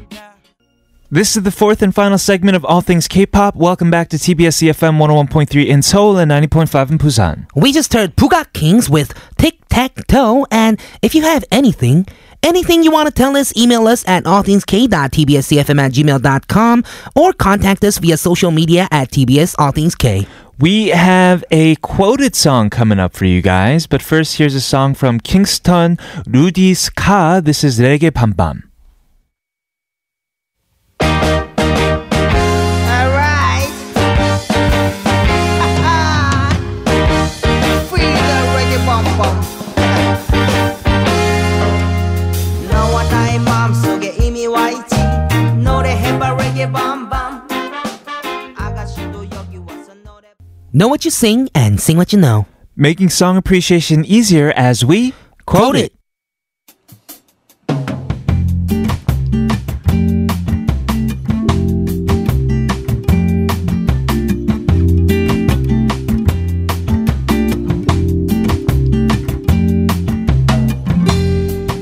S1: This is the fourth and final segment of All Things K-Pop. Welcome back to TBS EFM 101.3 in Seoul and 90.5 in Busan.
S2: We just heard Bugak Kings with Tic Tac Toe. And if you have anything, anything you want to tell us, email us at allthingsk.tbscfm at gmail.com or contact us via social media at TBS All Things K.
S1: We have a quoted song coming up for you guys. But first, here's a song from Kingston, Rudy Ska. This is Reggae Bam Bam.
S9: Alright. [LAUGHS] Free the reggae bum bum. 너와 나의 마음속에 이미 와 있지. 노래해봐 reggae bum bum. 아가씨도 여기 와서 노래.
S2: Know what you sing and sing what you know.
S1: Making song appreciation easier as we
S2: Quote it.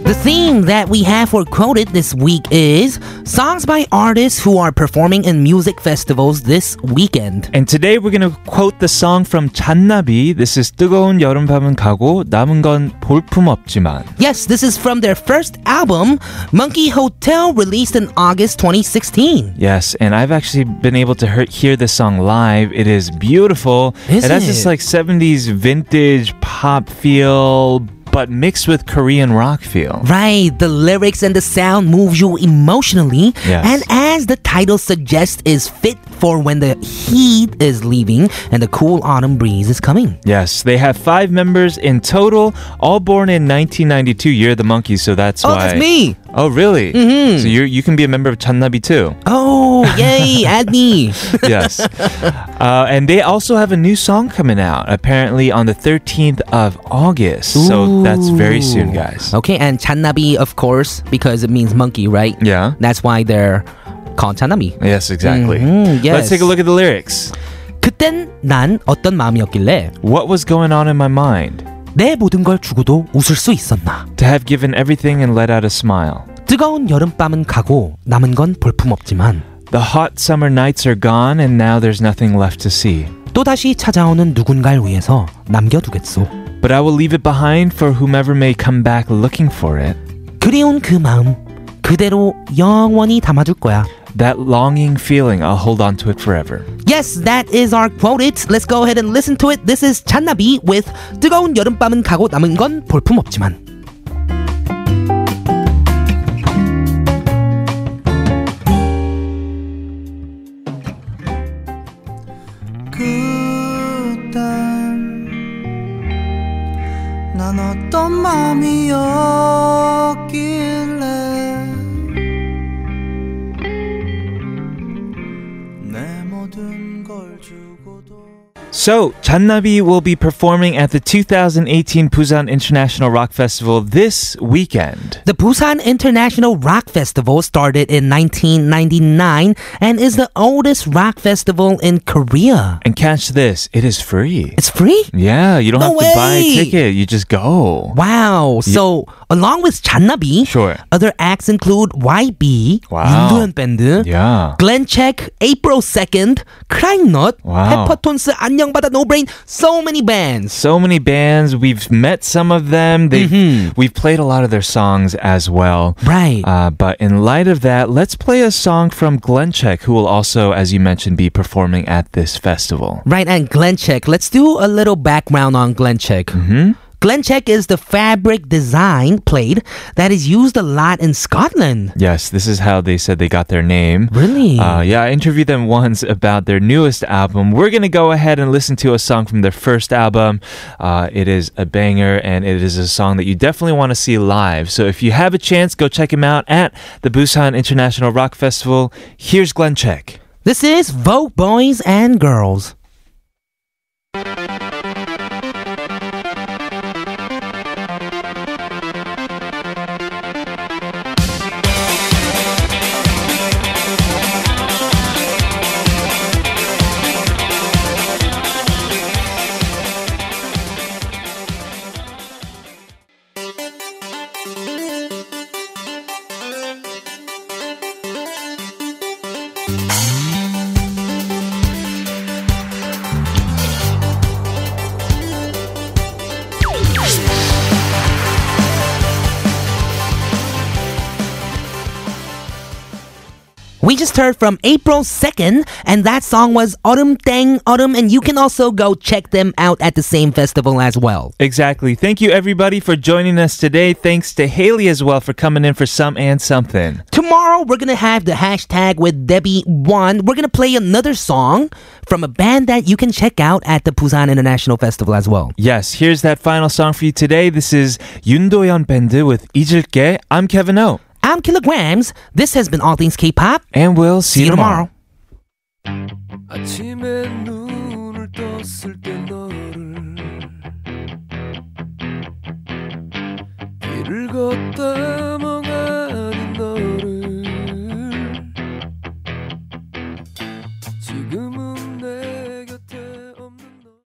S2: The theme that we have for quoted this week is songs by artists who are performing in music festivals this weekend.
S1: And today we're going to quote the song from 잔나비. This is 뜨거운 여름밤은 가고 남은 건 볼품 없지만.
S2: Yes, this is from their first album, Monkey Hotel, released in August 2016.
S1: Yes, and I've actually been able to hear, hear this song live. It is beautiful.
S2: Isn't
S1: it has this
S2: it?
S1: like 70s vintage pop feel, but mixed with Korean rock feel.
S2: Right, the lyrics and the sound move you emotionally,
S1: Yes.
S2: and as the title suggests, is fit for when the heat is leaving and the cool autumn breeze is coming.
S1: Yes, they have five members in total, all born in 1992. You're the monkey, so that's
S2: Oh,
S1: why.
S2: that's me.
S1: Oh, really? Mm-hmm. So you you can be a member of Channabi
S2: [LAUGHS]
S1: too.
S2: Oh, yay, add me.
S1: yes. Uh, and they also have a new song coming out apparently on the 13th of August. So that's very soon, guys.
S2: Okay, and Channabi, of course, because it means monkey, right?
S1: Yeah.
S2: That's why they're called Channabi.
S1: Yes, exactly. Let's
S2: Mhm, yes.
S1: take a look at the lyrics.
S2: 그땐 난 어떤 마음이었길래
S1: What was going on in my mind?
S2: 내 모든 걸 주고도 웃을 수 있었나?
S1: To have given everything and let out a smile.
S2: 뜨거운 여름밤은 가고 남은 건 볼품없지만
S1: The hot summer nights are gone and now there's nothing left to see.
S2: 또다시 찾아오는 누군가를 위해서 남겨두겠소.
S1: But I will leave it behind for whomever may come back looking for it.
S2: 그리운 그 마음 그대로 영원히 담아줄 거야.
S1: That longing feeling, I'll hold on to it forever.
S2: Yes, that is our quoted. Let's go ahead and listen to it. This is 잔나비 with 뜨거운 여름밤은 가고 남은 건 볼품없지만.
S9: 그땐 난 어떤 마음이었길래 내 모든 걸 주고도
S1: So, Channabi will be performing at the 2018 Busan International Rock Festival this weekend.
S2: The Busan International Rock Festival started in 1999 and is the oldest rock festival in Korea.
S1: And catch this, it is free.
S2: It's free?
S1: Yeah, you don't
S2: No
S1: have to buy a
S2: way!
S1: ticket. You just go.
S2: Wow. So, along with Channabi,
S1: Sure.
S2: other acts include YB,
S1: Wow.
S2: Yunduan Band,
S1: Yeah.
S2: Glenn Check, April 2nd, Crying Not,
S1: Wow.
S2: Pepperton's 안녕 받아 No Brain, so many bands.
S1: So many bands. We've met some of them. They
S2: Mm-hmm.
S1: have we've played a lot of their songs as well.
S2: Right.
S1: Uh, but in light of that, let's play a song from Glencheck, who will also, as you mentioned, be performing at this festival.
S2: Right, and Glenn Check. Let's do a little background on Glenn Check. Mm-hmm. Glenn Check is the fabric design plate that is used a lot in Scotland.
S1: Yes, this is how they said they got their name.
S2: Really?
S1: Uh, yeah, I interviewed them [LAUGHS] once about their newest album. We're going to go ahead and listen to a song from their first album. Uh, it is a banger, and it is a song that you definitely want to see live. So if you have a chance, go check him out at the Busan International Rock Festival. Here's Glenn Check.
S2: This is Vote Boys and Girls. We just heard from April 2nd, and that song was Autumn Tang Autumn, and you can also go check them out at the same festival as well.
S1: Exactly. Thank you, everybody, for joining us today. Thanks to Haley as well for coming in for some and something.
S2: Tomorrow, we're gonna have the hashtag with Debbie1. We're gonna play another song from a band that you can check out at the Busan International Festival as well.
S1: Yes, here's that final song for you today. This is Yoon Do-yeon Band with 잊을게. I'm Kevin O.
S2: I'm Kilograms. This has been All Things K-Pop.
S1: And we'll see,
S2: See you tomorrow.
S9: 아침에 눈을 떴을 때 너를 길을 걷다